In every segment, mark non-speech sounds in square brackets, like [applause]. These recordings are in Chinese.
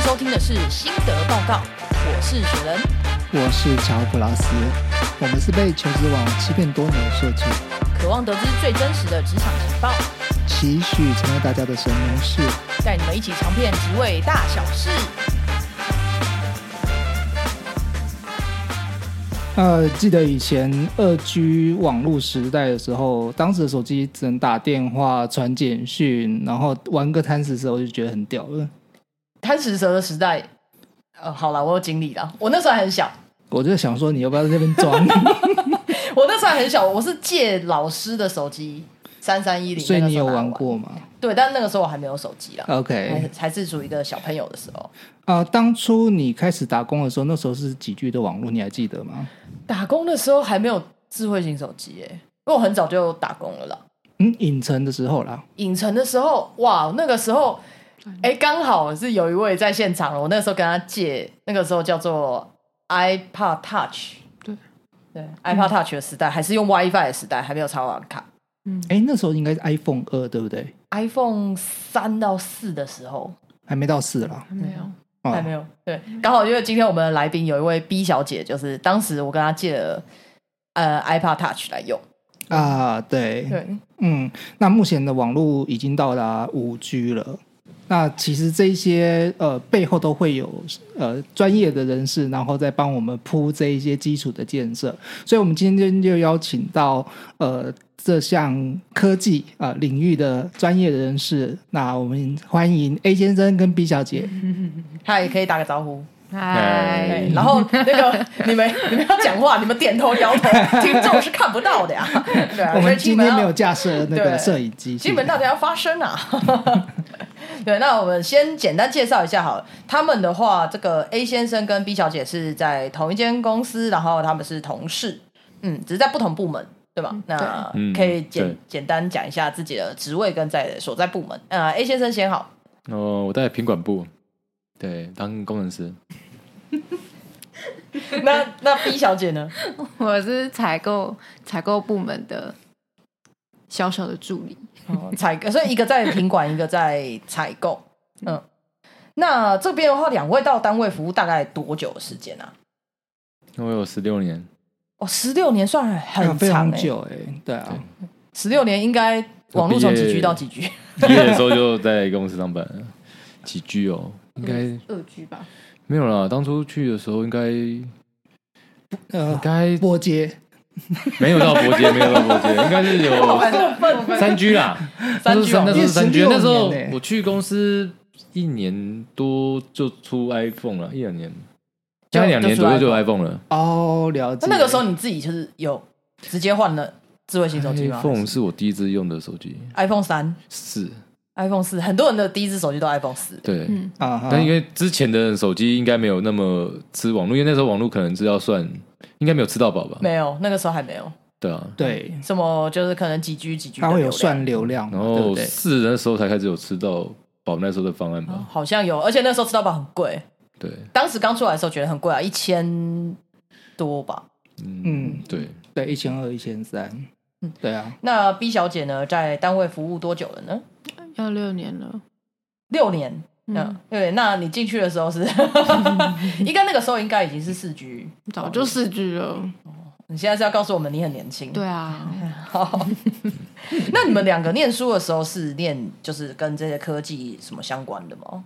收听的是心得报告，我是雪人。我是乔普拉斯，我们是被求职网欺骗多年的设计，渴望得知最真实的职场情报，期许成为大家的神农氏。带你们一起尝遍职位大小事。呃，记得以前二 G 网络时代的时候，当时的手机只能打电话、传简讯，然后玩个贪食蛇，我就觉得很屌了。贪食蛇的时代，呃，好了，我有经历了。我那时候还很小， [laughs] [laughs] 我就想说，你要不要在那边装？我那时候还很小，我是借老师的手机三三一零，所以那个你时有候拿来玩？过吗对，但那个时候我还没有手机啦，还？OK，还是属于一个小朋友的时候。呃，当初你开始打工的时候，那时候是几 G 的网络，你还记得吗？打工的时候还没有智慧型手机耶、因为我很早就打工了啦。嗯，影城的时候啦。影城的时候，哇，那个时候，哎，刚好是有一位在现场，我那时候跟他借，那个时候叫做 iPad Touch，对对，iPad Touch 的时代，还是用 WiFi 的时代，还没有插网卡哎、那时候应该是 iPhone 二，对不对？ ，iPhone 三到四的时候还没到四啦。还啊没有，哦还没有，对，刚好因为今天我们的来宾有一位 B 小姐，就是当时我跟她借了呃 iPad Touch 来用，啊，对，对，嗯，那目前的网络已经到达五 G 了。那其实这一些呃背后都会有呃专业的人士，然后再帮我们铺这一些基础的建设。所以，我们今天就邀请到呃这项科技啊、呃领域的专业人士。那我们欢迎 A 先生跟 B 小姐。她也可以打个招呼。嗨对，，嗯然后那个你们你们要讲话，你们点头摇头， [laughs] 听众是看不到的呀。对啊，我所们以今亲们天要没有架设那个对摄影机，亲们大家要发声啊。 [laughs] 对，那我们先简单介绍一下好了。他们的话，这个 A 先生跟 B 小姐是在同一间公司，然后他们是同事，嗯，只是在不同部门，对吧？那嗯可以简、对简单讲一下自己的职位跟在所在部门。呃，A 先生先好，哦，我在品管部，对，当工程师。那那 B 小姐呢？我是采购采购部门的小小的助理，哦，采购，所以一个在品管，一个在采购。嗯，那这边的话，两位到单位服务大概多久的时间啊？那我有十 [laughs] 六年，哦，十六年算哎呀很非长、常欸、，久哎、对啊。十六年应该网络从几 G 到几 [laughs] G？毕业的时候就在公司上班了，几 G 哦，应该二居吧，没有啦。当初去的时候应该应呃，该波接没有到伯杰，没有到伯杰， [laughs] 应该是有过分，三 G 啦。三 G 哦那时候是三因 G，为16那时候年欸我去公司一年多就出 iPhone 了，一两年，就大概两年左右就就出有 iPhone 了。哦，了解。那那个时候你自己就是有直接换了智慧型手机吗 iPhone 是我第一支用的手机， ？iPhone 三、是， iPhone 四，很多人的第一只手机都 iPhone 四。对，嗯，啊哈，但因为之前的手机应该没有那么吃网络，因为那时候网络可能是要算，应该没有吃到饱吧？没有，那个时候还没有对啊。对，什么，就是可能几 G 几 G 的它会嗯流有量算流量嘛，然对不后对？哦是那时候才开始有吃到饱那时候的方案哦吧？好像有，而且那时候吃到饱很贵，对，当时刚出来的时候觉得很贵啊，一千多吧。嗯，嗯，对，对，一千二、一千三，嗯，对啊，那 B 小姐呢，在单位服务多久了呢？要六年了，六年。嗯嗯，，对，那你进去的时候 [laughs] 是， [laughs] 应该那个时候应该已经是四 G，早就四居了，你现在是要告诉我们你很年轻。，对啊，好。 [laughs] 那你们两个念书的时候是念就是跟这些科技什么相关的吗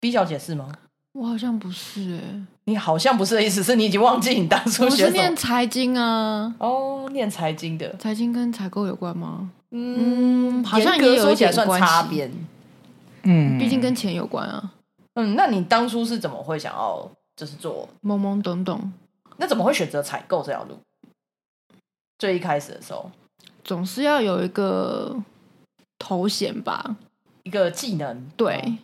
？B 小姐是吗？我好像不是哎，你好像不是的意思，是你已经忘记你当初我学是什么念财经啊，哦，念财经的，财经跟采购有关吗？嗯，好像严格也有说一起来点算关擦系，边。嗯，毕竟跟钱有关啊，嗯，那你当初是怎么会想要就是做？懵懵懂懂，那怎么会选择采购这条路？最一开始的时候，总是要有一个头衔吧，一个技能，嗯对。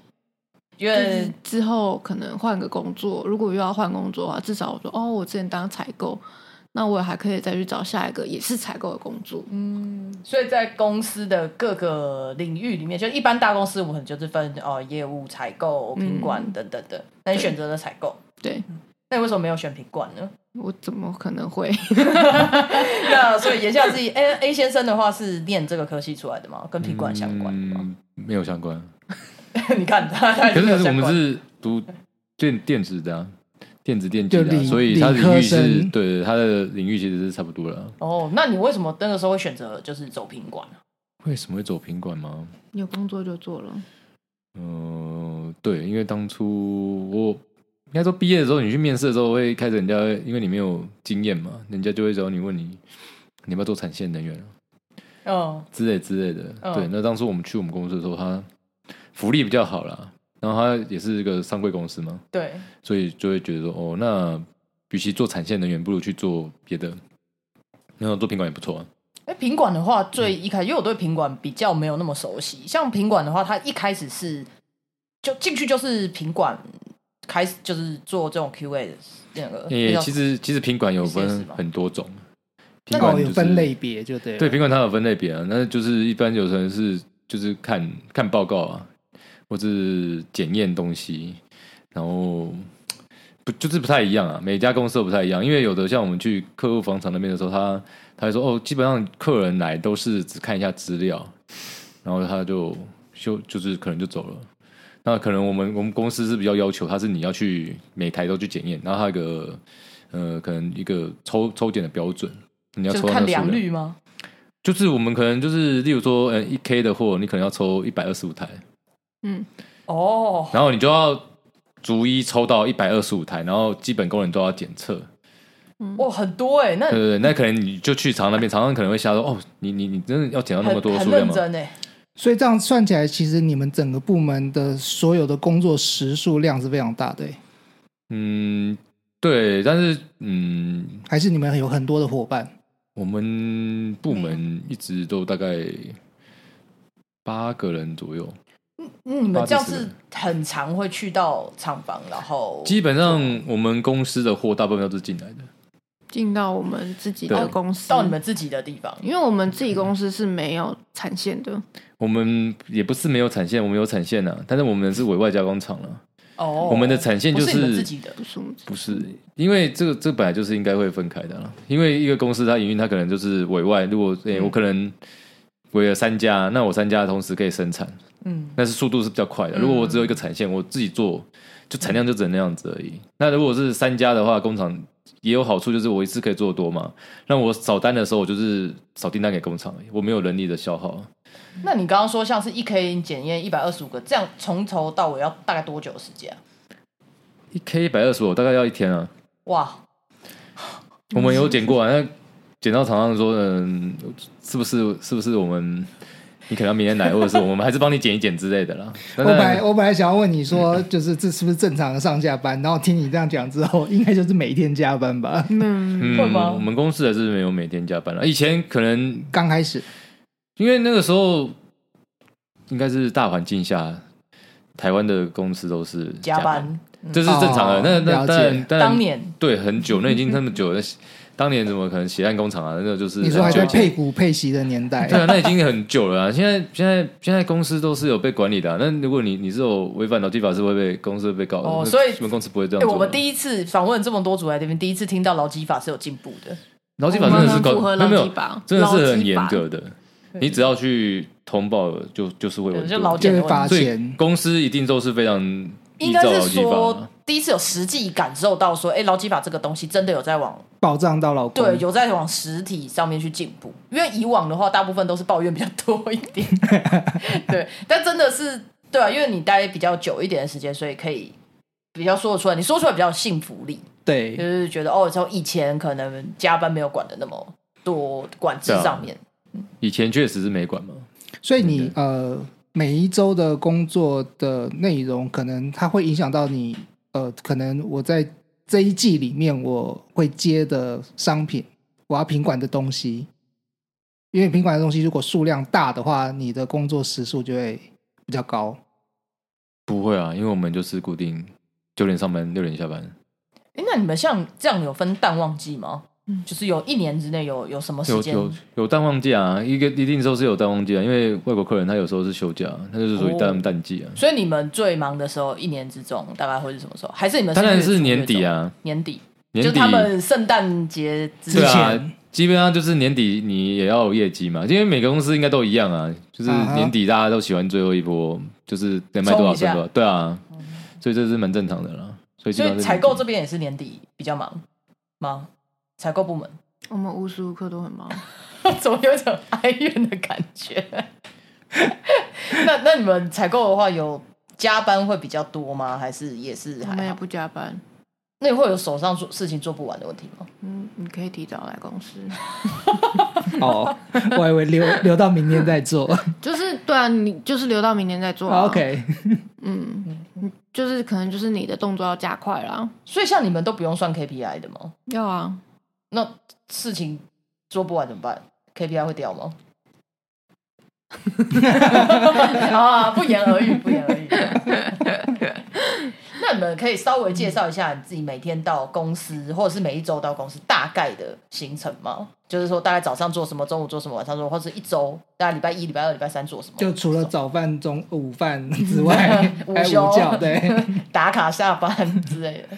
因就是为之后可能换个工作，如果又要换工作的话，至少我说哦，我之前当采购，那我还可以再去找下一个也是采购的工作。嗯，所以在公司的各个领域里面，就一般大公司我们就是分哦业务、采购、品管嗯等等的。那你对选择了采购，对那你为什么没有选品管呢？ [laughs] 我怎么可能会？那啊所以言下之意，A A 先生的话是念这个科系出来的吗？跟品管相关的吗？嗯，没有相关， [laughs] 你看他，他哎已嗯可经没有是我相们关是读电电子的、啊，电子电机就的啊、理所以它的理领域科是生对它的领域其实是差不多了啊。哦，那你为什么那个时候会选择就是走品管？为什么会走品管吗？ [laughs] 有工作就做了，嗯、对，因为当初我应该说毕业的时候，你去面试的时候会开始人家会因为你没有经验嘛，人家就会找你问你你要不要做产线人员啊嗯之类之类的。嗯对，那当初我们去我们公司的时候，他福利比较好啦，然后他也是一个上柜公司嘛，，对，所以就会觉得说，哦，那与其做产线人员，不如去做别的。然后做品管也不错啊，哎，品管的话，最嗯一开始，因为我对品管比较没有那么熟悉。像品管的话，它一开始是就进去就是品管开始，就是做这种 QA 的那呃个。也、那叫其实其实品管有是是分吗很多种，品管、哦，就是、有分类别就对了。对，，品管它有分类别啊，那就是一般有人是就是看看报告啊，或是检验东西，然后不就是不太一样啊，每家公司都不太一样，因为有的像我们去客户房场那边的时候，他他会说哦，基本上客人来都是只看一下资料，然后他就就就是可能就走了。那可能我们我们公司是比较要求，它是你要去每台都去检验，然后它有个呃可能一个抽抽检的标准，你要就是抽到那看个数量良率吗？就是我们可能就是，例如说，嗯，一 K 的货，你可能要抽一百二十五台，嗯，哦，然后你就要逐一抽到一百二十五台，然后基本功能都要检测，哇，很多哎、那对对对，那可能你就去厂那边，厂商可能会吓说，哦，你你你真的要检到那么很多很数量认吗？真哎、所以这样算起来，其实你们整个部门的所有的工作时数量是非常大的欸、嗯，对，但是嗯，还是你们有很多的伙伴？我们部门一直都大概八个人左右，嗯你们这样八至十是很常会去到厂房，然后基本上我们公司的货大部分都是进来的，进到我们自己的对公司，到你们自己的地方。因为我们自己公司是没有产线的，我们也不是没有产线，我们有产线啊，但是我们是委外加工厂啊了、哦，我们的产线就不是你们是自己的不是我们自己不是，因为这个这本来就是应该会分开的啦。因为一个公司它营运，它可能就是委外，如果诶、我可能委了三家，那我三家同时可以生产，嗯，但是速度是比较快的。如果我只有一个产线，我自己做，就产量就只能那样子而已。那如果是三家的话，工厂也有好处，就是我一次可以做多嘛。那我扫单的时候，我就是扫订单给工厂而已，我没有人力的消耗。那你刚刚说像是一 K 检验一百二十五个，这样从头到尾要大概多久的时间啊、一 K 一百二十五，大概要一天啊。哇，我们有剪过啊，那剪到厂商说，嗯，是不是是不是我们？你可能要明天来，或者是我们还是帮你剪一剪之类的啦。我那本那来我本来想要问你说， [laughs] 就是这是不是正常的上下班？然后听你这样讲之后， [laughs] 应该就是每天加班吧？ [laughs] 嗯，嗯会吗我们公司还是没有每天加班了。以前可能刚开始因为那个时候应该是大环境下，台湾的公司都是加班，班，这是正常的。哦那那了解当然当然当年对很久，那已经那么久了。当年怎么可能血汗工厂啊？那就是你说还很久在以前配股配息的年代，对啊，那已经很久了、啊。现在现在现在公司都是有被管理的、啊。那如果你你是有违反劳基法，是会被公司会被告的。哦那所以你们公司不会这哎、样做的。我们第一次访问这么多组来这边，第一次听到劳基法是有进步的。劳基法真的是我们很符合没有没劳有基法，真的是劳基很法严格的。你只要去通报了，就就是会有对就劳就会罚所以钱。公司一定都是非常应依该照劳是基法说啊。第一次有实际感受到说，哎、劳基法这个东西真的有在往保障到老公。嗯对，有在往实体上面去进步。因为以往的话，大部分都是抱怨比较多一 [laughs] 点，对，但真的是对啊，因为你待比较久一点的时间，所以可以比较说得出来，你说出来比较有信服力，就对是觉得哦，从以前可能加班没有管的那么多，管制对啊上面。以前确实是没管嘛，所以你呃每一周的工作的内容，可能它会影响到你呃，可能我在这一季里面我会接的商品，我要品管的东西，因为品管的东西如果数量大的话，你的工作时数就会比较高。不会啊，因为我们就是固定九点上班，六点下班。哎、那你们像这样有分淡旺季吗？就是有一年之内有有什么时有间？有有淡旺季啊，一个一定都是有淡旺季啊，因为外国客人他有时候是休假，他就是属于哦淡淡季啊。所以你们最忙的时候，一年之中大概会是什么时候？还是你们当然月是初年底，啊，月中年底，年就是底他们圣诞节之对前。啊前，基本上就是年底你也要有业绩嘛，因为每个公司应该都一样啊，就是啊哈年底大家都喜欢最后一波，就是能卖多冲少一下赚嗯多少，对啊，所以这是蛮正常的啦。所以基所本上以是采购这边也是年底比较忙吗？采购部门 [laughs] 我们无时无刻都很忙。怎么有一种哀怨的感觉？那那你们采购的话，有加班会比较多吗？还是也是我们还也好？不加班，那你会有手上做事情做不完的问题吗？嗯，你可以提早来公司。 [laughs] 哦， [laughs] 我还以为留留到明天再做。 [laughs] 就是对啊，你就是留到明年再做、啊。 OK，嗯，就是可能就是你的动作要加快啦。所以像你们都不用算 KPI 的吗？要啊，那事情做不完怎么办？KPI 会掉吗？ [laughs] 啊，不言而喻，不言而喻。 [laughs] 那你们可以稍微介绍一下你自己每天到公司，或者是每一周到公司大概的行程吗？就是说，大概早上做什么，中午做什么，晚上做什么，或者是一周，大概礼拜一、礼拜二、礼拜三做什么？就除了早饭、中午饭之 [laughs]，外午还有休午觉，对，打卡下班之类的。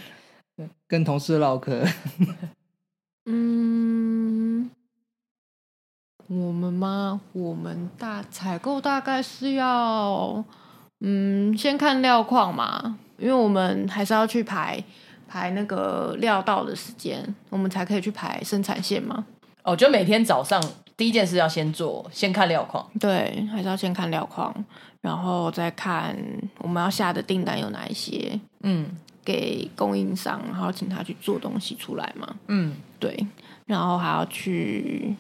跟同事唠嗑。嗯，我们吗？我们大采购大概是要，嗯，先看料况嘛，因为我们还是要去排排那个料到的时间，我们才可以去排生产线嘛。哦，就每天早上第一件事要先做，先看料况。对，还是要先看料况，然后再看我们要下的订单有哪一些，嗯给供应商，然后请他去做东西出来嘛。嗯，对，然后还要去，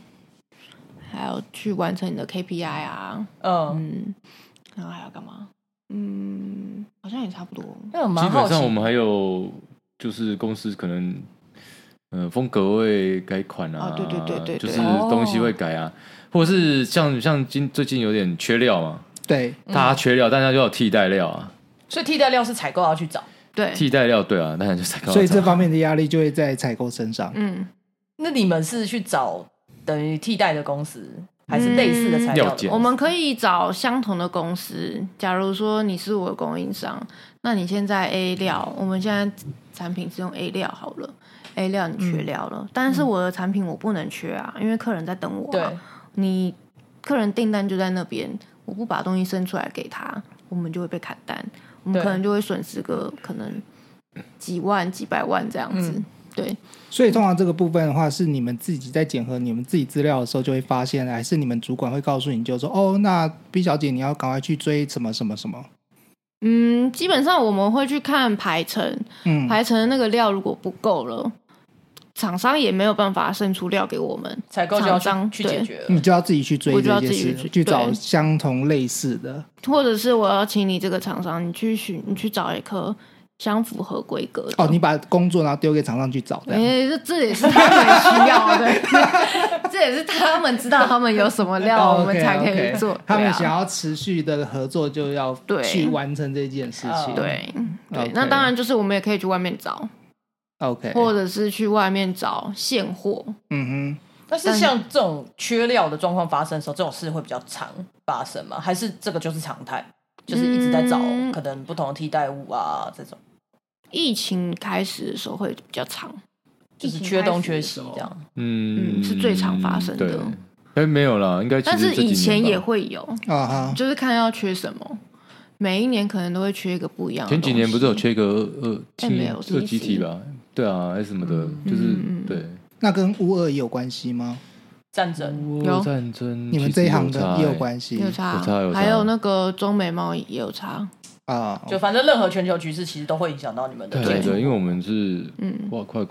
还要去完成你的 KPI 啊，嗯，嗯，然后还要干嘛？嗯，好像也差不多。那我蛮基好本奇上我们还有就是公司可能呃风格会改款啊，哦对对对对对就是东西会改哦啊，或者是像像今最近有点缺料嘛，对，嗯大家缺料，大家就要有替代料啊，所以替代料是采购要去找。对，替代料对啊，当然就采购。所以这方面的压力就会在采购身上。嗯，那你们是去找等于替代的公司，还是类似的材料料件的？嗯我们可以找相同的公司。假如说你是我的供应商，那你现在 A 料，我们现在产品是用 A 料好了，A 料你缺料了，但是我的产品我不能缺啊，因为客人在等我、啊。对，你客人订单就在那边，我不把东西生出来给他，我们就会被砍单，我们对可能就会损失个可能几万、几百万这样子。嗯对，所以通常这个部分的话，是你们自己在检核你们自己资料的时候就会发现，还是你们主管会告诉你，就说哦，那 B 小姐你要赶快去追什么什么什么。嗯，基本上我们会去看排程，嗯，排成那个料如果不够了，厂商也没有办法生出料给我们。采购就要厂商去去解决你嗯了。就要自己去追我就这要件自己事，去追去找对相同类似的。或者是我要请你这个厂商，你去寻，你去找一颗相符合规格的。哦，你把工作然后丢给厂商去找，这样哎、这这也是他们需要的， [laughs] 这也是他们知道他们有什么料，哦我们才可 OK，OK 以做。他们对啊想要持续的合作，就要对去完成这件事嗯情。对对 OK，那当然就是我们也可以去外面找， ，OK，或者是去外面找现货。嗯哼，但是像这种缺料的状况发生的时候，这种事会比较常发生吗？还是这个就是常态，就是一直在找嗯可能不同的替代物啊这种，疫情开始的时候会比较长，就是缺东缺西疫情开始的时候这。样。嗯嗯是最常发生的对哎，没有啦，应该其但实是这几以前年也吧会有，啊哈，就是看要缺什么，每一年可能都会缺一个不一样的前东西。几年不是有缺个二二哎没有七二集体 CC 吧？对啊，还是什么的，就是嗯嗯对。那跟乌俄也有关系吗？战争，有战争，你们这一行其实的差也有欸关系有差，有差有差还有那个中美贸易也有差。啊？就反正任何全球局势其实都会影响到你们的对进对出对，因为我们是嗯跨跨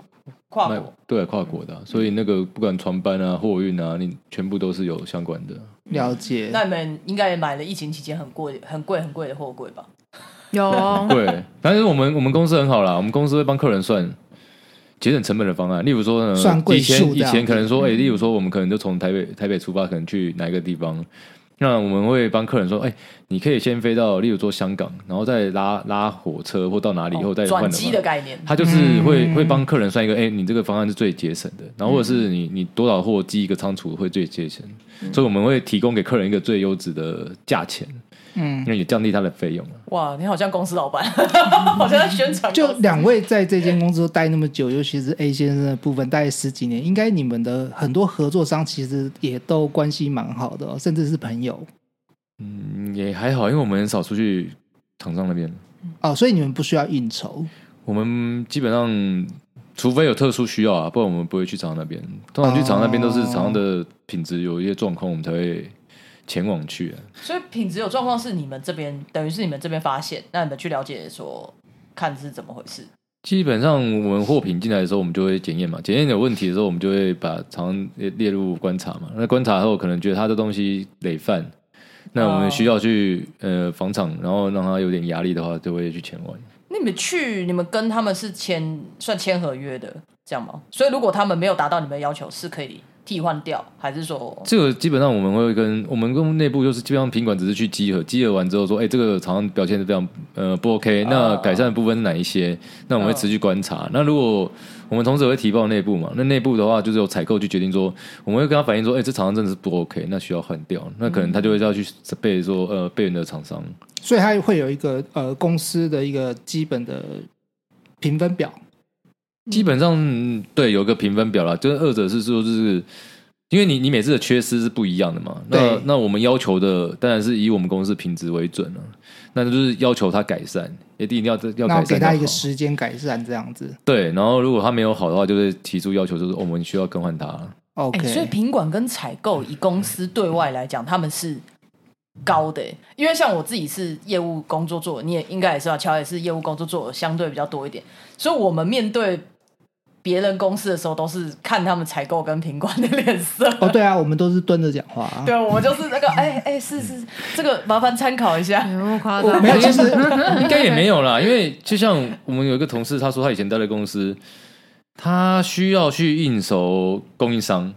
跨卖国。对跨国的啊、所以那个不管船班啊、货运啊，你全部都是有相关的。了解。那你们应该也买了疫情期间很贵、很贵、很贵的货柜吧？[laughs] 有 [laughs] 哦，对，但是我们我们公司很好啦，我们公司会帮客人算节省成本的方案。例如说呢，呃算以贵数前以这样嗯前可能说，哎、例如说我们可能就从台北台北出发，可能去哪一个地方。那我们会帮客人说，哎、你可以先飞到，例如说香港，然后再拉拉火车或到哪里哦以后再哦换转人机嘛的概念，他嗯就是会、会帮客人算一个，哎、你这个方案是最节省的，然后或者嗯是你你多少货寄一个仓储会最节省，所以我们会提供给客人一个最优质的价钱，嗯因，为也降低它的费用啊。哇，你好像公司老板， [laughs] 好像在宣传公就司。两位在这间公司都待那么久，尤其是 A 先生的部分，待十几年，应该你们的很多合作商其实也都关系蛮好的哦、甚至是朋友嗯，也还好，因为我们很少出去厂商那边，哦，所以你们不需要应酬。我们基本上除非有特殊需要啊，不然我们不会去厂商那边。通常去厂商那边都是厂商的品质有一些状况，我们才会前往去、啊。所以品质有状况是你们这边，等于是你们这边发现，那你们去了解说看是怎么回事。基本上我们货品进来的时候，我们就会检验嘛，检验有问题的时候，我们就会把厂商列列入观察嘛。那观察后，可能觉得他这东西累犯。那我哦们需要去呃房厂，然后让他有点压力的话，就会去前往。那你们去，你们跟他们是签算签合约的，这样吗？所以如果他们没有达到你们的要求，是可以替换掉，还是说这个基本上我们会跟我们跟内部就是基本上品管只是去集合，集合完之后说，哎、这个厂商表现的非常呃不 OK，那改善的部分是哪一些？那我们会持续观察。那如果我们同时也会提报内部嘛，那内部的话就是有采购去决定说，我们会跟他反映说，哎、这厂商真的是不 OK，那需要换掉。那可能他就会要去备说，呃，备援的厂商。所以它会有一个呃公司的一个基本的评分表，基本上嗯对有个评分表啦，就是二者是说就是。因为你你每次的缺失是不一样的嘛，那对那我们要求的当然是以我们公司品质为准了、那就是要求他改善，一定要要然改后善给他就一个好时间改善这样子。对，然后如果他没有好的话，就会提出要求，就是、哦我们需要更换他。 [laughs] 哎、 OK，、所以品管跟采购以公司对外来讲，他们是高的欸、因为像我自己是业务工作做的，你也应该也是吧，乔也是业务工作做的相对比较多一点，所以我们面对别人公司的时候，都是看他们采购跟品管的脸色。哦对啊，我们都是蹲着讲话、啊。对，我们就是那个，哎、哎、是是，这个麻烦参考一下。哎有那么夸张？没有，其实 [laughs] 应该也没有啦，因为就像我们有一个同事，他说他以前待的公司，他需要去应酬供应商，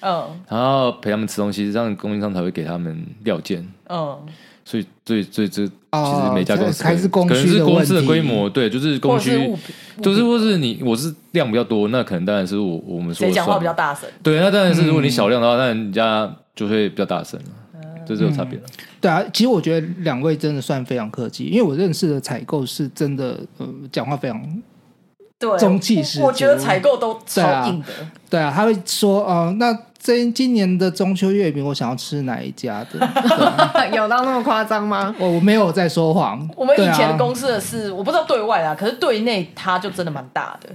嗯然后陪他们吃东西，这样供应商才会给他们料件。嗯，所以，所以，所以这其哦实每家公司还是供需可能是的公司问的题规模，对，就是或供者是需物，品，就是或是你我是量比较多，那可能当然是我我们说谁了讲话算比较大声？对，那当然嗯是如果你小量的话，那人家就会比较大声嗯了，这是有差别了。对啊，其实我觉得两位真的算非常客气，因为我认识的采购是真的，呃，讲话非常对，中气十足我我觉得采购都对超啊硬的。对啊，他会说，哦、那这今年的中秋月饼我想要吃哪一家的？ [laughs] 对啊 [laughs] 有到那么夸张吗？我我没有在说谎， [laughs] 我们对以前的啊、公司的是，我不知道对外啊，可是对内他就真的蛮大的，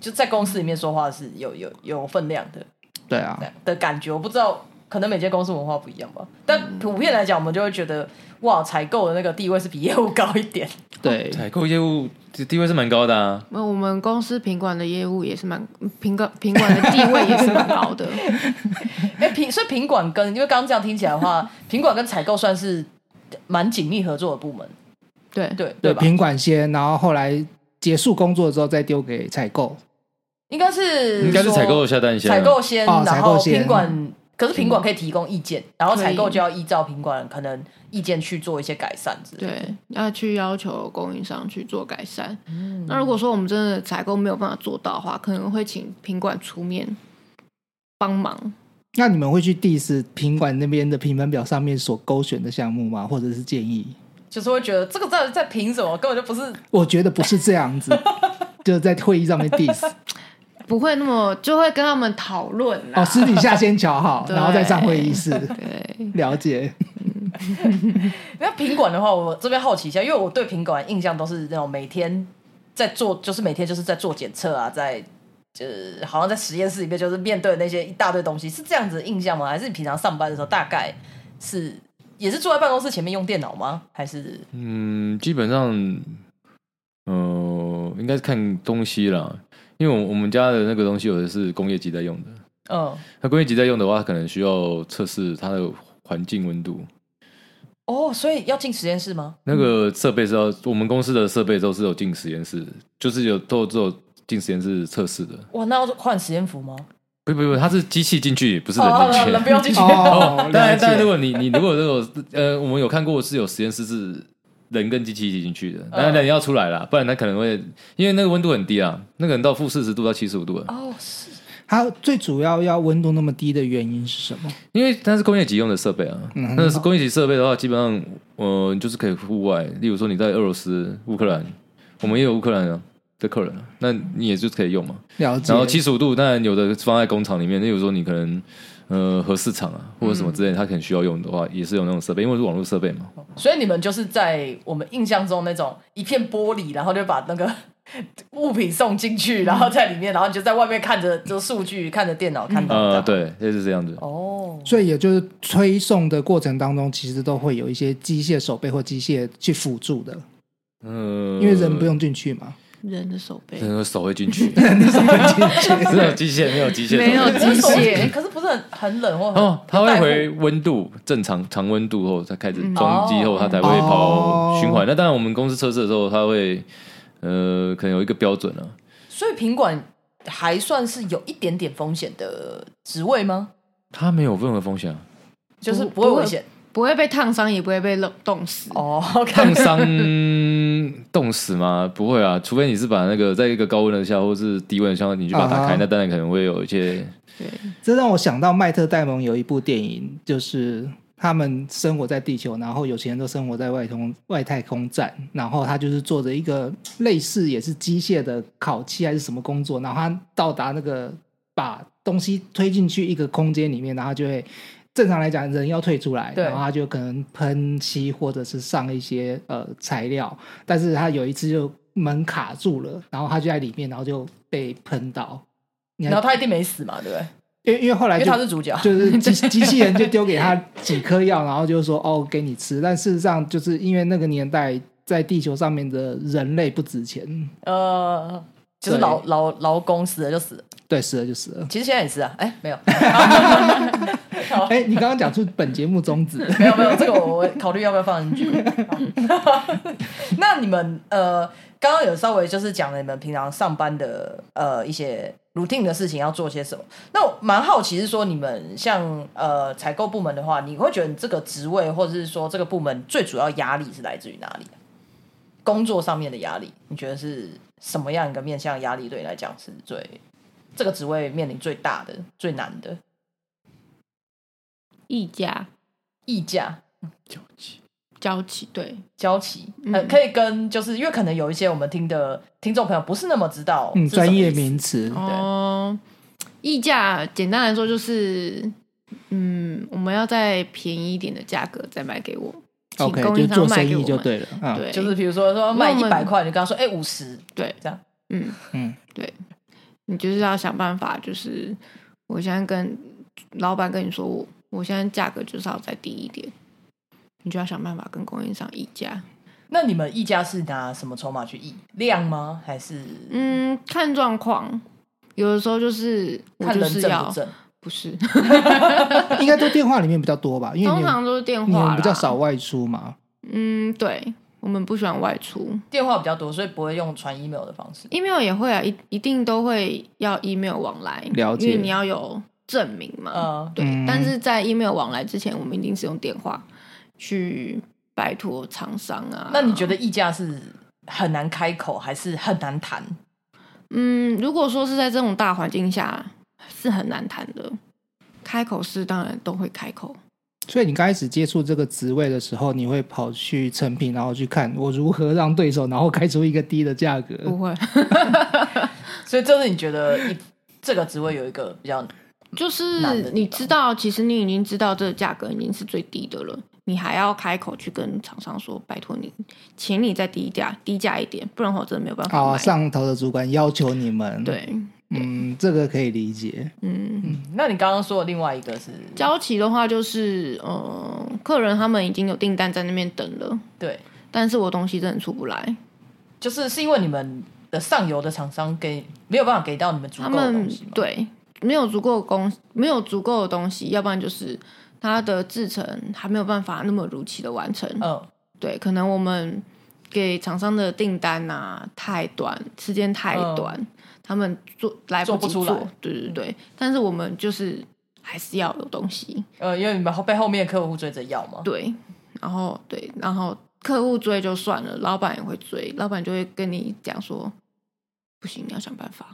就在公司里面说话是有有有分量的对啊，的感觉。我不知道，可能每间公司文化不一样吧。但普遍来讲，我们就会觉得哇，采购的那个地位是比业务高一点。对，啊采购业务这地位是蛮高的啊，那我们公司品管的业务也是蛮品管品管的地位也是蛮高的，哎、品所以品管跟因为刚刚这样听起来的话，品管跟采购算是蛮紧密合作的部门，对对对，吧？品管先，然后后来结束工作之后再丢给采购。应该是应该是采购下单先啊，采购先，哦然采购后先品管，可是品管可以提供意见，然后可以采购就要依照品管可能意见去做一些改善之类的。对，要去要求供应商去做改善。那如果说我们真的采购没有办法做到的话，可能会请品管出面帮忙。那你们会去 diss 品管那边的评分表上面所勾选的项目吗？或者是建议？就是会觉得这个到底在凭什么，根本就不是我觉得不是这样 [laughs] 子，就是在会议上面 diss 不会那么就会跟他们讨论啦。哦，私底下先瞧 [laughs] 好，对然后再上会议室对，了解。那品管的话，我这边好奇一下，因为我对品管印象都是那种每天在做，就是每天就是在做检测啊，在呃，好像在实验室里面就是面对那些一大堆东西，是这样子的印象吗？还是你平常上班的时候大概是也是坐在办公室前面用电脑吗？还是嗯，基本上，呃，应该是看东西啦，因为我我们家的那个东西有的是工业级在用的，嗯那工业级在用的话，可能需要测试它的环境温度。哦，所以要进实验室吗？那嗯个设备是要我们公司的设备都是有进实验室，就是有都有都有进实验室测试的。哇，那要换实验服吗？不不不，它是机器进去，不是人哦，进去。 [laughs] 人不用进去。哦，当然，了解当然，如果你你如果如果呃，我们有看过是有实验室是人跟机器一起进嗯去的，当然人要嗯出来啦，不然它可能会因为那个温度很低啊，那个人到负四十度到七十五度了，哦，是它最主要要温度那么低的原因是什么？因为它是工业级用的设备啊，嗯那是工业级设备的话，基本上呃，你就是可以户外，例如说你在俄罗斯、乌克兰，我们也有乌克兰啊的客人啊，那你也就可以用嘛。了解。然后七十五度，当然有的放在工厂里面，例如说你可能呃核市场啊或者什么之类的，它可能需要用的话，也是有那种设备，因为是网络设备嘛。嗯所以你们就是在我们印象中那种一片玻璃，然后就把那个物品送进去，然后在里面，然后你就在外面看着这数据，看着电脑，看到、呃，。对，就是这样子。哦，所以也就是推送的过程当中，其实都会有一些机械手背或机械去辅助的，嗯、因为人 [laughs] 不用进去嘛。人的手背，人手会进去，进只有机械没有机械手会，没有机可是手械可是不是很很冷或很 [laughs] 哦，它会带火回温度正常常温度后，它开始装机后，它才会嗯跑循哦环。那当然，我们公司测试的时候，它会呃，可能有一个标准啊。所以品管还算是有一点点风险的职位吗？它没有任何风险啊，就是不不会不会危险不会被烫伤，也不会被冷冻死。哦。OK 烫伤、冻死吗？不会啊，除非你是把那个在一个高温的下或是低温的下，你去把它打开，啊哈那当然可能会有一些对，这让我想到麦特戴蒙有一部电影，就是他们生活在地球，然后有钱人都生活在外空外太空站，然后他就是做着一个类似也是机械的烤漆还是什么工作，然后他到达那个把东西推进去一个空间里面，然后他就会。正常来讲，人要退出来，对然后他就可能喷漆或者是上一些呃材料，但是他有一次就门卡住了，然后他就在里面，然后就被喷到。你还然后他一定没死嘛，对不对？因为因为后来因为就他是主角。 [laughs] 就是机机器人就丢给他几颗药，然后就说哦给你吃，但事实上就是因为那个年代在地球上面的人类不值钱，呃，就是对劳劳劳工死了就死了，对，死了就死了。其实现在也是啊，哎，没有， [laughs] 哦哎、你刚刚讲出本节目宗 [laughs] 旨，嗯没有没有，这个我我考虑要不要放进去。好那你们呃，刚刚有稍微就是讲了你们平常上班的呃一些 routine 的事情要做些什么。那我蛮好奇是说，你们像呃采购部门的话，你会觉得你这个职位或者是说这个部门最主要压力是来自于哪里？工作上面的压力，你觉得是什么样一个面向的压力对你来讲是最这个职位面临最大的、最难的溢价、议价？交集，对，交集，嗯呃，可以跟就是因为可能有一些我们听的听众朋友不是那么知道嗯，是什么专业意思名词，哦，溢价简单来说就是，嗯，我们要在便宜一点的价格再卖给我，请 OK，供就应做商卖生给我意们。就对了啊。对，就是比如说说卖因为一我们百块，你跟他说哎五十，对这样嗯，嗯，你就是要想办法，就是我现在跟老板跟你说，我我现在价格就是要再低一点，你就要想办法跟供应商议价。那你们议价是拿什么筹码去议？量吗？还是嗯，看状况，有的时候就是我看就人是正不要正？不是，应该都电话里面比较多吧，因为通你们常都是电你话们啦比较少。外出嘛。嗯，对，我们不喜欢外出电话比较多，所以不会用传 email 的方式。 ，email 也会啊，一一定都会要 email 往来，了解因为你要有证明嘛。呃，对，嗯但是在 email 往来之前，我们一定是用电话去拜托厂商啊。那你觉得？议价是很难开口，还是很难谈？嗯，如果说是在这种大环境下，是很难谈的。开口是当然都会开口，所以你刚开始接触这个职位的时候，你会跑去成品，然后去看我如何让对手，然后开出一个低的价格。不会， [laughs] 所以这是你觉得一这个职位有一个比较难的地就是方你知道，其实你已经知道这个价格已经是最低的了，你还要开口去跟厂商说，拜托你，请你再低价，低价一点，不然我真的没有办法好、啊买。上头的主管要求你们，，对，嗯，这个可以理解。嗯，那你刚刚说的另外一个是交期的话就是，呃，客人他们已经有订单在那边等了，对，但是我东西真的出不来，就是是因为你们的上游的厂商给没有办法给到你们足他够的们东西嘛，对没有足够的工，没有足够的东西，要不然就是它的制成还没有办法那么如期的完成。嗯，对，可能我们给厂商的订单啊太短，时间太嗯短，他们做来做不不及出来做，对对对。但是我们就是还是要有东西，呃，因为你们后被后面客户追着要嘛，对，然后对，然后客户追就算了，老板也会追，老板就会跟你讲说，不行，你要想办法。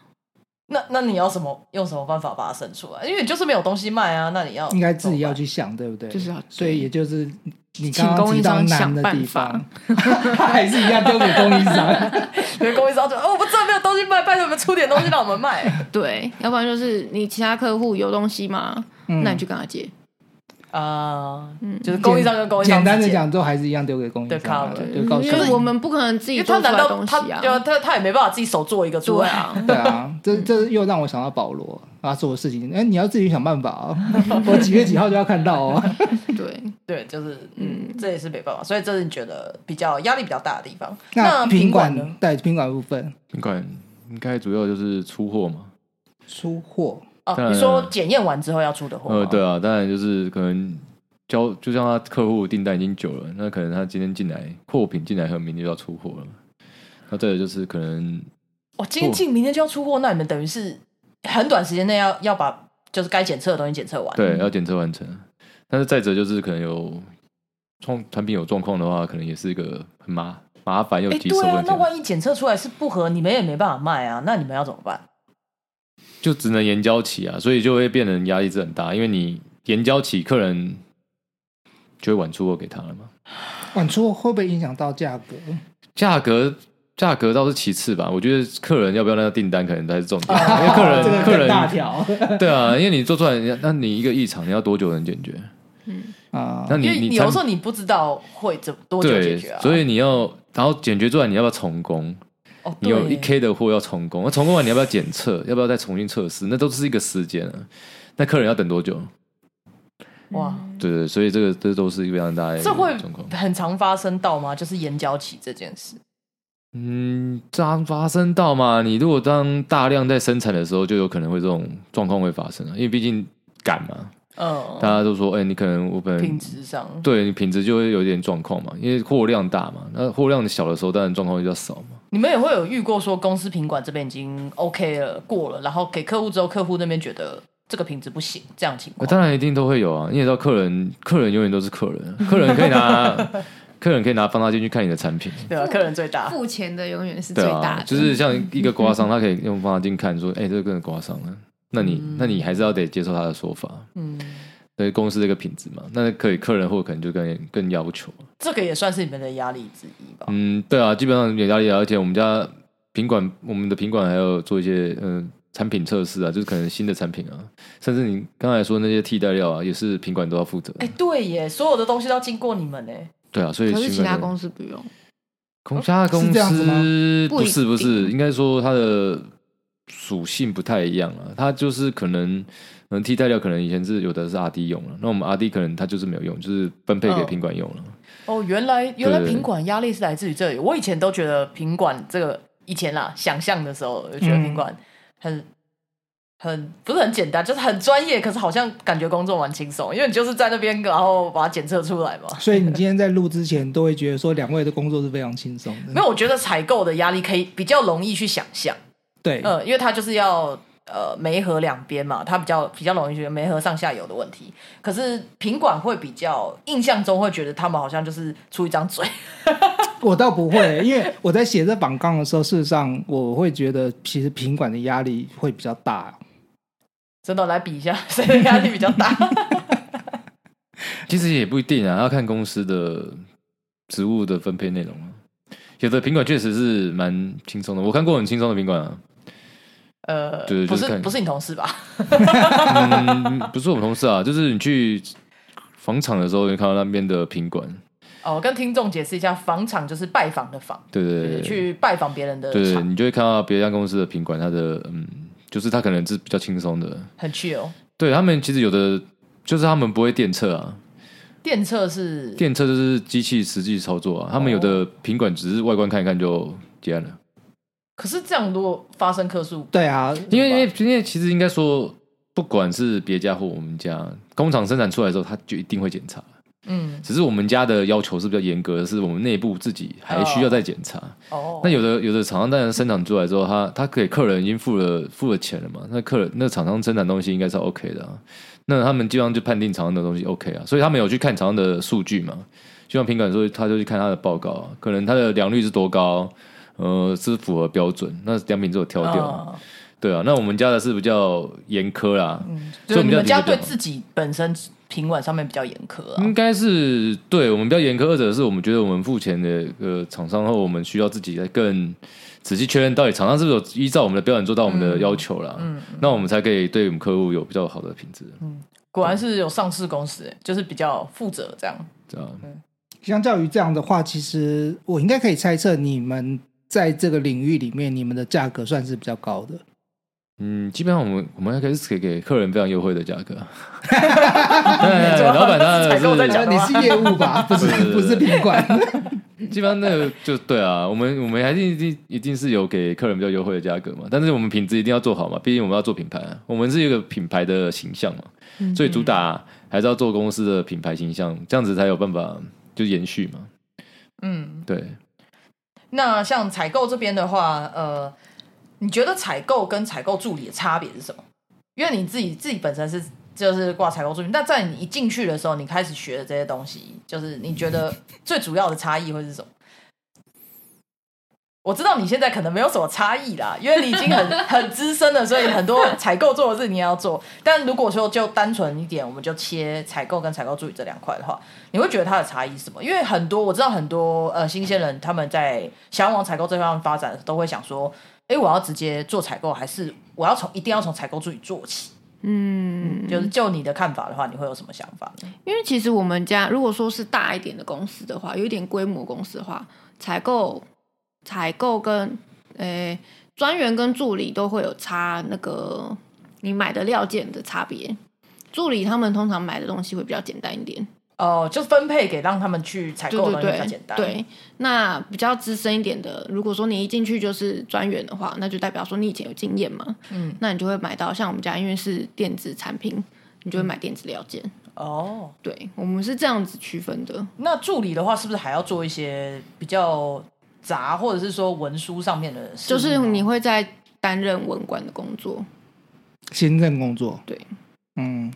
那那你要什么用什么办法把它生出来？因为你就是没有东西卖啊，那你要应该自己怎要么去想，对不对？就是要所以也就是你你请刚刚供提应到商难想的办地法方， [laughs] 还是一样丢给供应商。办，员工一直要觉得哦，我们真的没有东西卖，拜托你们出点东西让我们卖。对，要不然就是你其他客户有东西吗？嗯 [laughs] 那你去跟他借。啊，嗯就是供应商跟供应商简单的之间，讲，都还是一样丢给供应商啊，对就告诉因为你我们不可能自因己为他做出难来道东他西对啊啊。他他也没办法自己手做一个出对来。啊，对啊，这这又让我想到保罗啊，做的事情，哎，你要自己想办法哦。 [laughs] 我几月几号就要看到哦。对，对，就是嗯，这也是没办法，所以这是你觉得比较压力比较大的地方。那品品管呢管？对品管部分宾馆应该主要就是出货嘛，出货，哦，当你然说检验完之后要出的货吗？呃，对啊，当然就是可能交，就像他客户订单已经久了，那可能他今天进来货品进来，和明天就要出货了嘛。那再来就是可能哇，哦今天进，明天就要出货，那你们等于是很短时间内要要把就是该检测的东西检测完。对要检测完成，但是再者就是可能有创产品有状况的话，可能也是一个很麻麻烦又哎，棘手对的啊问，题那，万一检测出来是不合，你们也没办法卖啊，那你们要怎么办？就只能延交期啊，所以就会变成压力是很大，因为你延交期，客人就会晚出货给他了嘛。晚哦出货会不会影响到价格？价格价格倒是其次吧，我觉得客人要不要那个订单可能才是重点，啊因为客人、这个客更大人条 [laughs] 对啊，因为你做出来，那你一个异常你要多久能解决？ [laughs] 啊，那你哦因为你你产有时候你不知道会怎么多久解对决啊。，所以你要然后解决出来，你要不要重工？哦，你有对一 K 的货要重工，那重工完你要不要检测？要不要再重新测试？那都是一个时间啊。那客人要等多久？哇，对对，所以这个这都是一个非常大的这会状况。很常发生到吗？就是眼角起这件事。嗯，当发生到嘛，你如果当大量在生产的时候，就有可能会这种状况会发生啊，因为毕竟赶嘛，大嗯，家都说，哎、你可能我本品质上，对你品质就会有点状况嘛，因为货量大嘛，那货量小的时候，当然状况会比较少嘛。你们也会有遇过说公司品管这边已经 OK 了过了，然后给客户之后，客户那边觉得这个品质不行，这样情况。那哎呃当然一定都会有啊，你也知道，客人客人永远都是客人，客人可 [laughs] 以拿客人可以拿放大镜去看你的产品，对啊，客人最大。 [laughs] 付钱的永远是对最啊大，就的。嗯是像一个刮伤，他可以用放大镜看说，哎、这个真的刮伤了，那你、那你还是要得接受他的说法。嗯，对公司这个品质嘛，那可以客人或可能就更更要求。啊这个也算是你们的压力之一吧。嗯，对啊，基本上有压力啊，而且我们家品管，我们的品管还有做一些嗯、产品测试啊，就是可能新的产品啊，甚至你刚才说那些替代料啊，也是品管都要负责。哎、对耶，所有的东西都要经过你们呢。对啊，所以可是新其闻他的公司不用，公家的哦是公这样子吗司不不一是不是，定应该说它的属性不太一样啊。它就是可能，嗯，替代料可能以前是有的是 R D 用了，那我们 R D 可能它就是没有用，就是分配给嗯品管用了。哦，原来原来对品管压力是来自于这里。我以前都觉得品管这个以前啦，想象的时候就觉得嗯品管很、很不是很简单，就是很专业，可是好像感觉工作蛮轻松，因为你就是在那边然后把它检测出来嘛。 [laughs] 所以你今天在录之前都会觉得说两位的工作是非常轻松没的，有，我觉得采购的压力可以比较容易去想象，对，呃，因为它就是要呃媒合两边嘛，它比较比较容易觉得媒合上下游的问题。可是品管会比较印象中会觉得他们好像就是出一张嘴， [laughs] 我倒不会，因为我在写这榜纲的时候，事实上我会觉得其实品管的压力会比较大。真的来比一下谁的压力比较 [laughs] 大。其实也不一定啊，要看公司的职务的分配内容啊。有的品管确实是蛮轻松的，我看过很轻松的品管啊，呃，对不就是是看不是你同事吧？嗯，不是我们同事啊，就是你去房场的时候，你看到那边的品管，哦，跟听众解释一下，房场就是拜访的访，对对就是对，去拜访别人的对场，你就会看到别家公司的品管，它的嗯，就是它可能是比较轻松的，很 chill。对他们其实有的就是他们不会电测啊，电测是电测就是机器实际操作啊，他们有的品管只是外观看一看就结案了。可是这样，如果发生客数，对啊，因为因为因为其实应该说，不管是别家或我们家，工厂生产出来之后，它就一定会检查。嗯，只是我们家的要求是比较严格的，是我们内部自己还需要再检查。哦，那有的有的厂商当然生产出来之后，他他给客人已经付了付了钱了嘛，那客人那厂商生产东西应该是 OK 的、啊，那他们基本上就判定厂商的东西 OK 啊，所以他们有去看厂商的数据嘛，就像品管说他就去看他的报告、啊，可能他的良率是多高，呃，是不是符合标准，那良品是有挑掉嘛。嗯对啊，那我们家的是比较严苛啦，所以就我你们们家家比对较自己本身品管上面比较严苛啊。应该是对我们比较严苛，或者是我们觉得我们付钱的呃厂商后，我们需要自己来更仔细确认到底厂商是不是有依照我们的标准做到我们的要求啦。嗯，那我们才可以对我们客户有比较好的品质，果然是有上市公司、就是比较负责这样。这样。相较于这样的话，其实我应该可以猜测，你们在这个领域里面，你们的价格算是比较高的。嗯，基本上我们我们还可以是给给客人非常优惠的价 [laughs] 格。 [laughs] 对老板当然采购在讲是的你是业务 [laughs] 吧？不是对对对不是品管， [laughs] 基本上那个就对啊，我们我们还是一定一定是有给客人比较优惠的价格嘛，但是我们品质一定要做好嘛，毕竟我们要做品牌、啊，我们是一个品牌的形象嘛，嗯所以主打还是要做公司的品牌形象，这样子才有办法就延续嘛。嗯，对，那像采购这边的话，呃，你觉得采购跟采购助理的差别是什么？因为你自己自己本身是就是挂采购助理，那在你一进去的时候，你开始学的这些东西，就是你觉得最主要的差异会是什么？我知道你现在可能没有什么差异啦，因为你已经很很资深了，所以很多采购做的事你也要做。但如果说就单纯一点，我们就切采购跟采购助理这两块的话，你会觉得它的差异是什么？因为很多我知道很多呃新鲜人他们在想要往采购这方面发展，的时候，都会想说，诶，我要直接做采购，还是我要从一定要从采购助理做起？嗯，就是就你的看法的话，你会有什么想法呢？因为其实我们家如果说是大一点的公司的话，有一点规模公司的话，采购、采购跟诶专员跟助理都会有差那个你买的料件的差别。助理他们通常买的东西会比较简单一点，哦、就分配给让他们去采对购的对东西比较对简单。对。那比较资深一点的，如果说你一进去就是专员的话，那就代表说你以前有经验嘛，嗯，那你就会买到像我们家因为是电子产品，嗯你就会买电子料件。哦，对我们是这样子区分的，那助理的话，是不是还要做一些比较杂，或者是说文书上面的事就务呢？是你会在担任文官的工作，行政工作。对，嗯，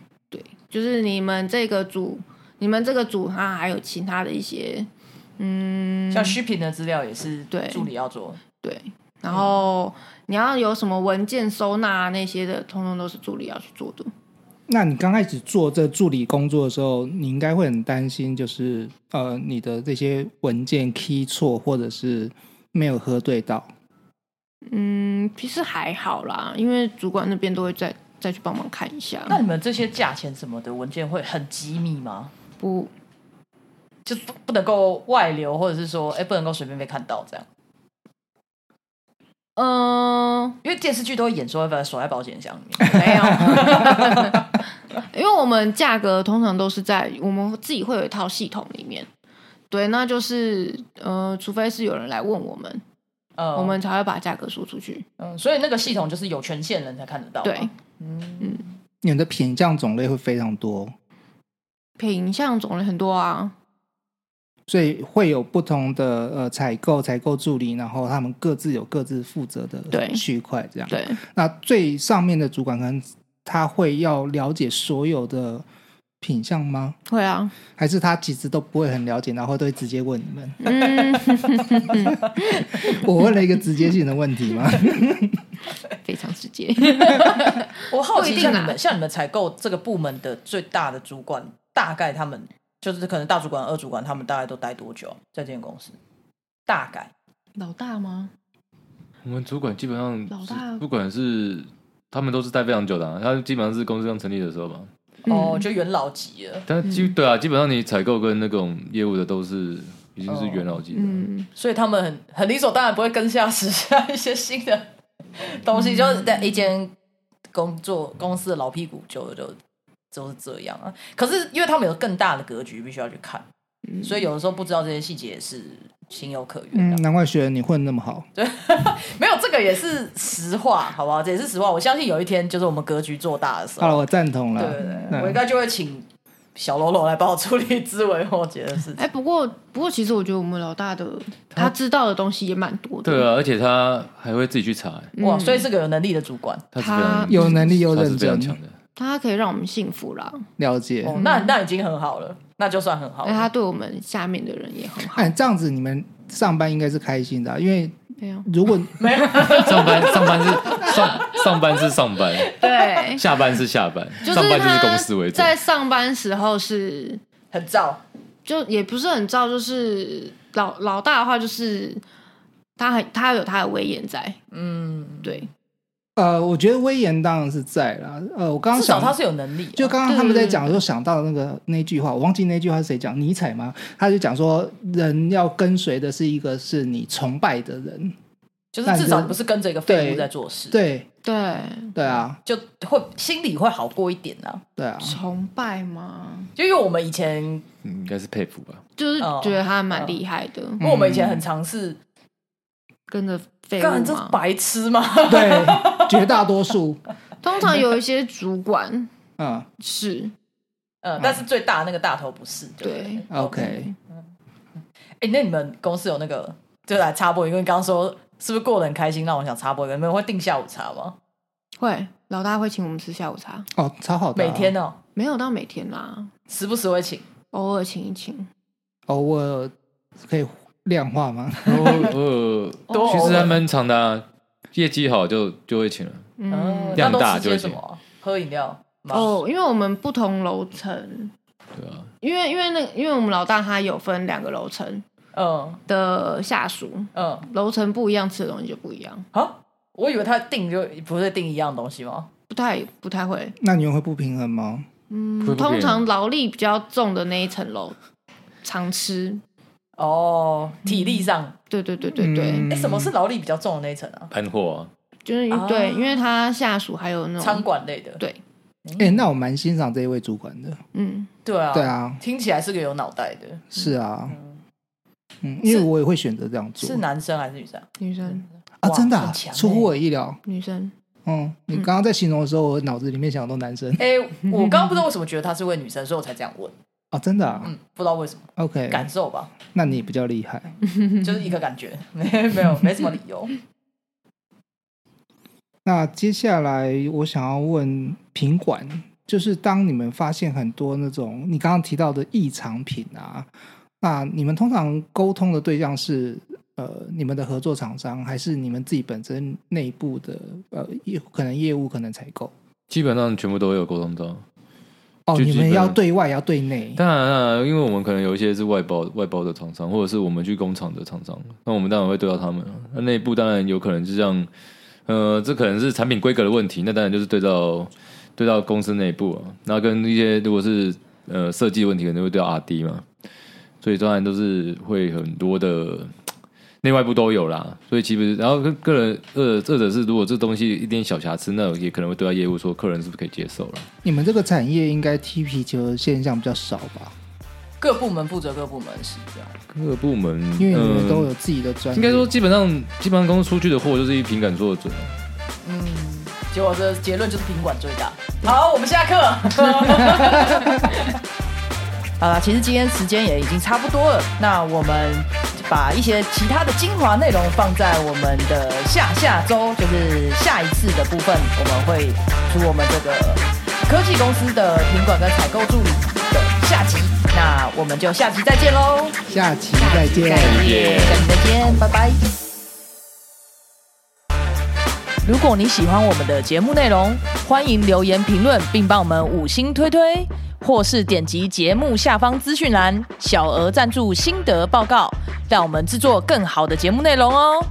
就是你们这个组，你们这个组它还有其他的一些，嗯，像虚品的资料也是对助理要做。对，然后你要有什么文件收纳啊那些的，通通都是助理要去做的。那你刚开始做这助理工作的时候，你应该会很担心，就是呃，你的这些文件 key 错，或者是没有核对到。嗯，其实还好啦，因为主管那边都会再再去帮忙看一下。那你们这些价钱什么的文件会很机密吗？不，就不不能够外流，或者是说，哎、不能够随便被看到这样，嗯、因为电视剧都会演说把它锁在保险箱里面。 [laughs] [laughs] 没有，因为我们价格通常都是在我们自己会有一套系统里面。对，那就是呃，除非是有人来问我们，呃，我们才会把价格说出去。嗯，所以那个系统就是有权限人才看得到嘛。嗯对，你们的品相种类会非常多，品相种类很多啊，所以会有不同的呃采购、采购助理，然后他们各自有各自负责的对区块，这样。对，那最上面的主管可能他会要了解所有的品相吗？会啊，还是他其实都不会很了解，然后都会直接问你们？ [laughs] 嗯，我问了一个直接性的问题吗？非常直接。我好奇不一像定啊你们，像你们采购这个部门的最大的主管，大概他们就是可能大主管、二主管，他们大概都待多久啊在这间公司？大概老大吗？我们主管基本上老是大不管是他们都是待非常久的、啊，他基本上是公司刚成立的时候嘛，哦，嗯就元老级了。但基、对啊，基本上你采购跟那种业务的都是已经是元老级的，哦嗯，所以他们很很理所当然不会跟下时下一些新的东 [laughs] 西，就是在一间工作公司的老屁股就就就是这样啊。可是因为他们有更大的格局，必须要去看，所以有的时候不知道这些细节是情有可原嗯的。，难怪学你混那么好。没有这个也是实话，好不好？这也是实话。我相信有一天就是我们格局做大的时好了，候，我赞同对了。啊对对，嗯我应该就会请小喽啰来帮我处理枝微末节的事情。嗯哎，不过不过，其实我觉得我们老大的他知道的东西也蛮多的。对啊，而且他还会自己去查、欸哇，所以是个有能力的主管。他是非常他有能力又他认是非常真，强的。他可以让我们幸福啦，了解。哦，那那已经很好了，那就算很好而了。哎且他对我们下面的人也很好。哎，这样子你们上班应该是开心的啊、因为没有，如果没有，上班上班是上上班是上班，对，下班是下班，就上是班就是他公司为主。在上班时候是很燥，就也不是很照，就是老老大的话就是他很他有他的威严在，嗯，对，呃，我觉得威严当然是在啦。呃，我刚刚至少想他是有能力啊，就刚刚他们在对讲，的时候，想到那个那句话，我忘记那句话是谁讲，尼采吗？他就讲说，人要跟随的是一个是你崇拜的人，就是至少你不是跟着一个废对物在做事，对对，哦对啊，就会心里会好过一点啊。[laughs] 对啊，崇拜嘛，就因为我们以前，嗯应该是佩服吧？就是哦觉得他蛮厉害的，因为我们以前很尝试，跟着废物干这嘛。白痴吗？对，绝大多数，通常有一些主管嗯是嗯，但是最大的那个大头不是，对不对。对， ，OK，哎、那你们公司有那个，就来插播一个，因为刚刚说是不是过得很开心，让我想插播一个，你们会订下午茶吗？会老大会请我们吃下午茶，哦，超好的啊、每天哦，没有到每天啦，时不时会请。偶尔请一请。哦，我可以量化吗？哦多呃，其偶实尔还蛮长的、啊，业绩好就就会请了。嗯，嗯，那量都大吃就些会什请么啊？喝饮料吗？哦，因为我们不同楼层，对啊，因为因为那因为我们老大他有分两个楼层嗯的下属，嗯，楼层不一样，吃的东西就不一样，好，我以为他订就不是订一样东西吗？不太不太会。那你们会不平衡吗？嗯，会不会通常劳力比较重的那一层楼常吃。哦，体力上，对对对对对，嗯哎、什么是劳力比较重的那一层啊？搬货、就是啊对，因为他下属还有那餐种馆类的，对，哎、那我蛮欣赏这一位主管的。嗯，对啊，对，啊，听起来是个有脑袋的，是啊，嗯，因为我也会选择这样做是男生还是女生啊？女生啊，哇真的、啊很强欸欸出乎我意料。女生，嗯，你嗯刚刚在形容的时候，我脑子里面想的都男生哎、我刚刚不知道为什么觉得她是位女生，所以我才这样问。啊，真的、啊嗯，不知道为什么， OK，感受吧，那你比较厉害。就是一个感觉， [laughs] 没没有没什么理由。那接下来我想要问品管，就是当你们发现很多那种你刚刚提到的异常品啊，那你们通常沟通的对象是呃你们的合作厂商，还是你们自己本身内部的呃业可能业务可能采购？基本上全部都会有沟通到。哦，就你基本们要对外，也要对内。当然、啊，因为我们可能有一些是外包外包的厂商，或者是我们去工厂的厂商，那我们当然会对到他们啊。那内部当然有可能是像，呃，这可能是产品规格的问题，那当然就是对到对到公司内部啊。那跟一些如果是呃设计问题，可能会对到 R D 嘛，所以当然都是会很多的。内外部都有啦，所以其实，然后个个人，呃，或者是如果这东西一点小瑕疵，那也可能会对到业务说，客人是不是可以接受了？你们这个产业应该踢皮球的现象比较少吧？各部门负责各部门是这样，各个部门，因为你们呃都有自己的专业。应该说，基本上基本上公司出去的货就是以凭感说的准。结果这结论就是品管最大。好，我们下课。 [laughs] 好了，其实今天时间也已经差不多了，那我们把一些其他的精华内容放在我们的下下周，就是下一次的部分，我们会出我们这个科技公司的品管跟采购助理的下集。那我们就下集再见喽，下期再见。见下期再见，拜拜。如果你喜欢我们的节目内容，欢迎留言评论，并帮我们五星推推，或是点击节目下方资讯栏小额赞助心得报告，让我们制作更好的节目内容哦。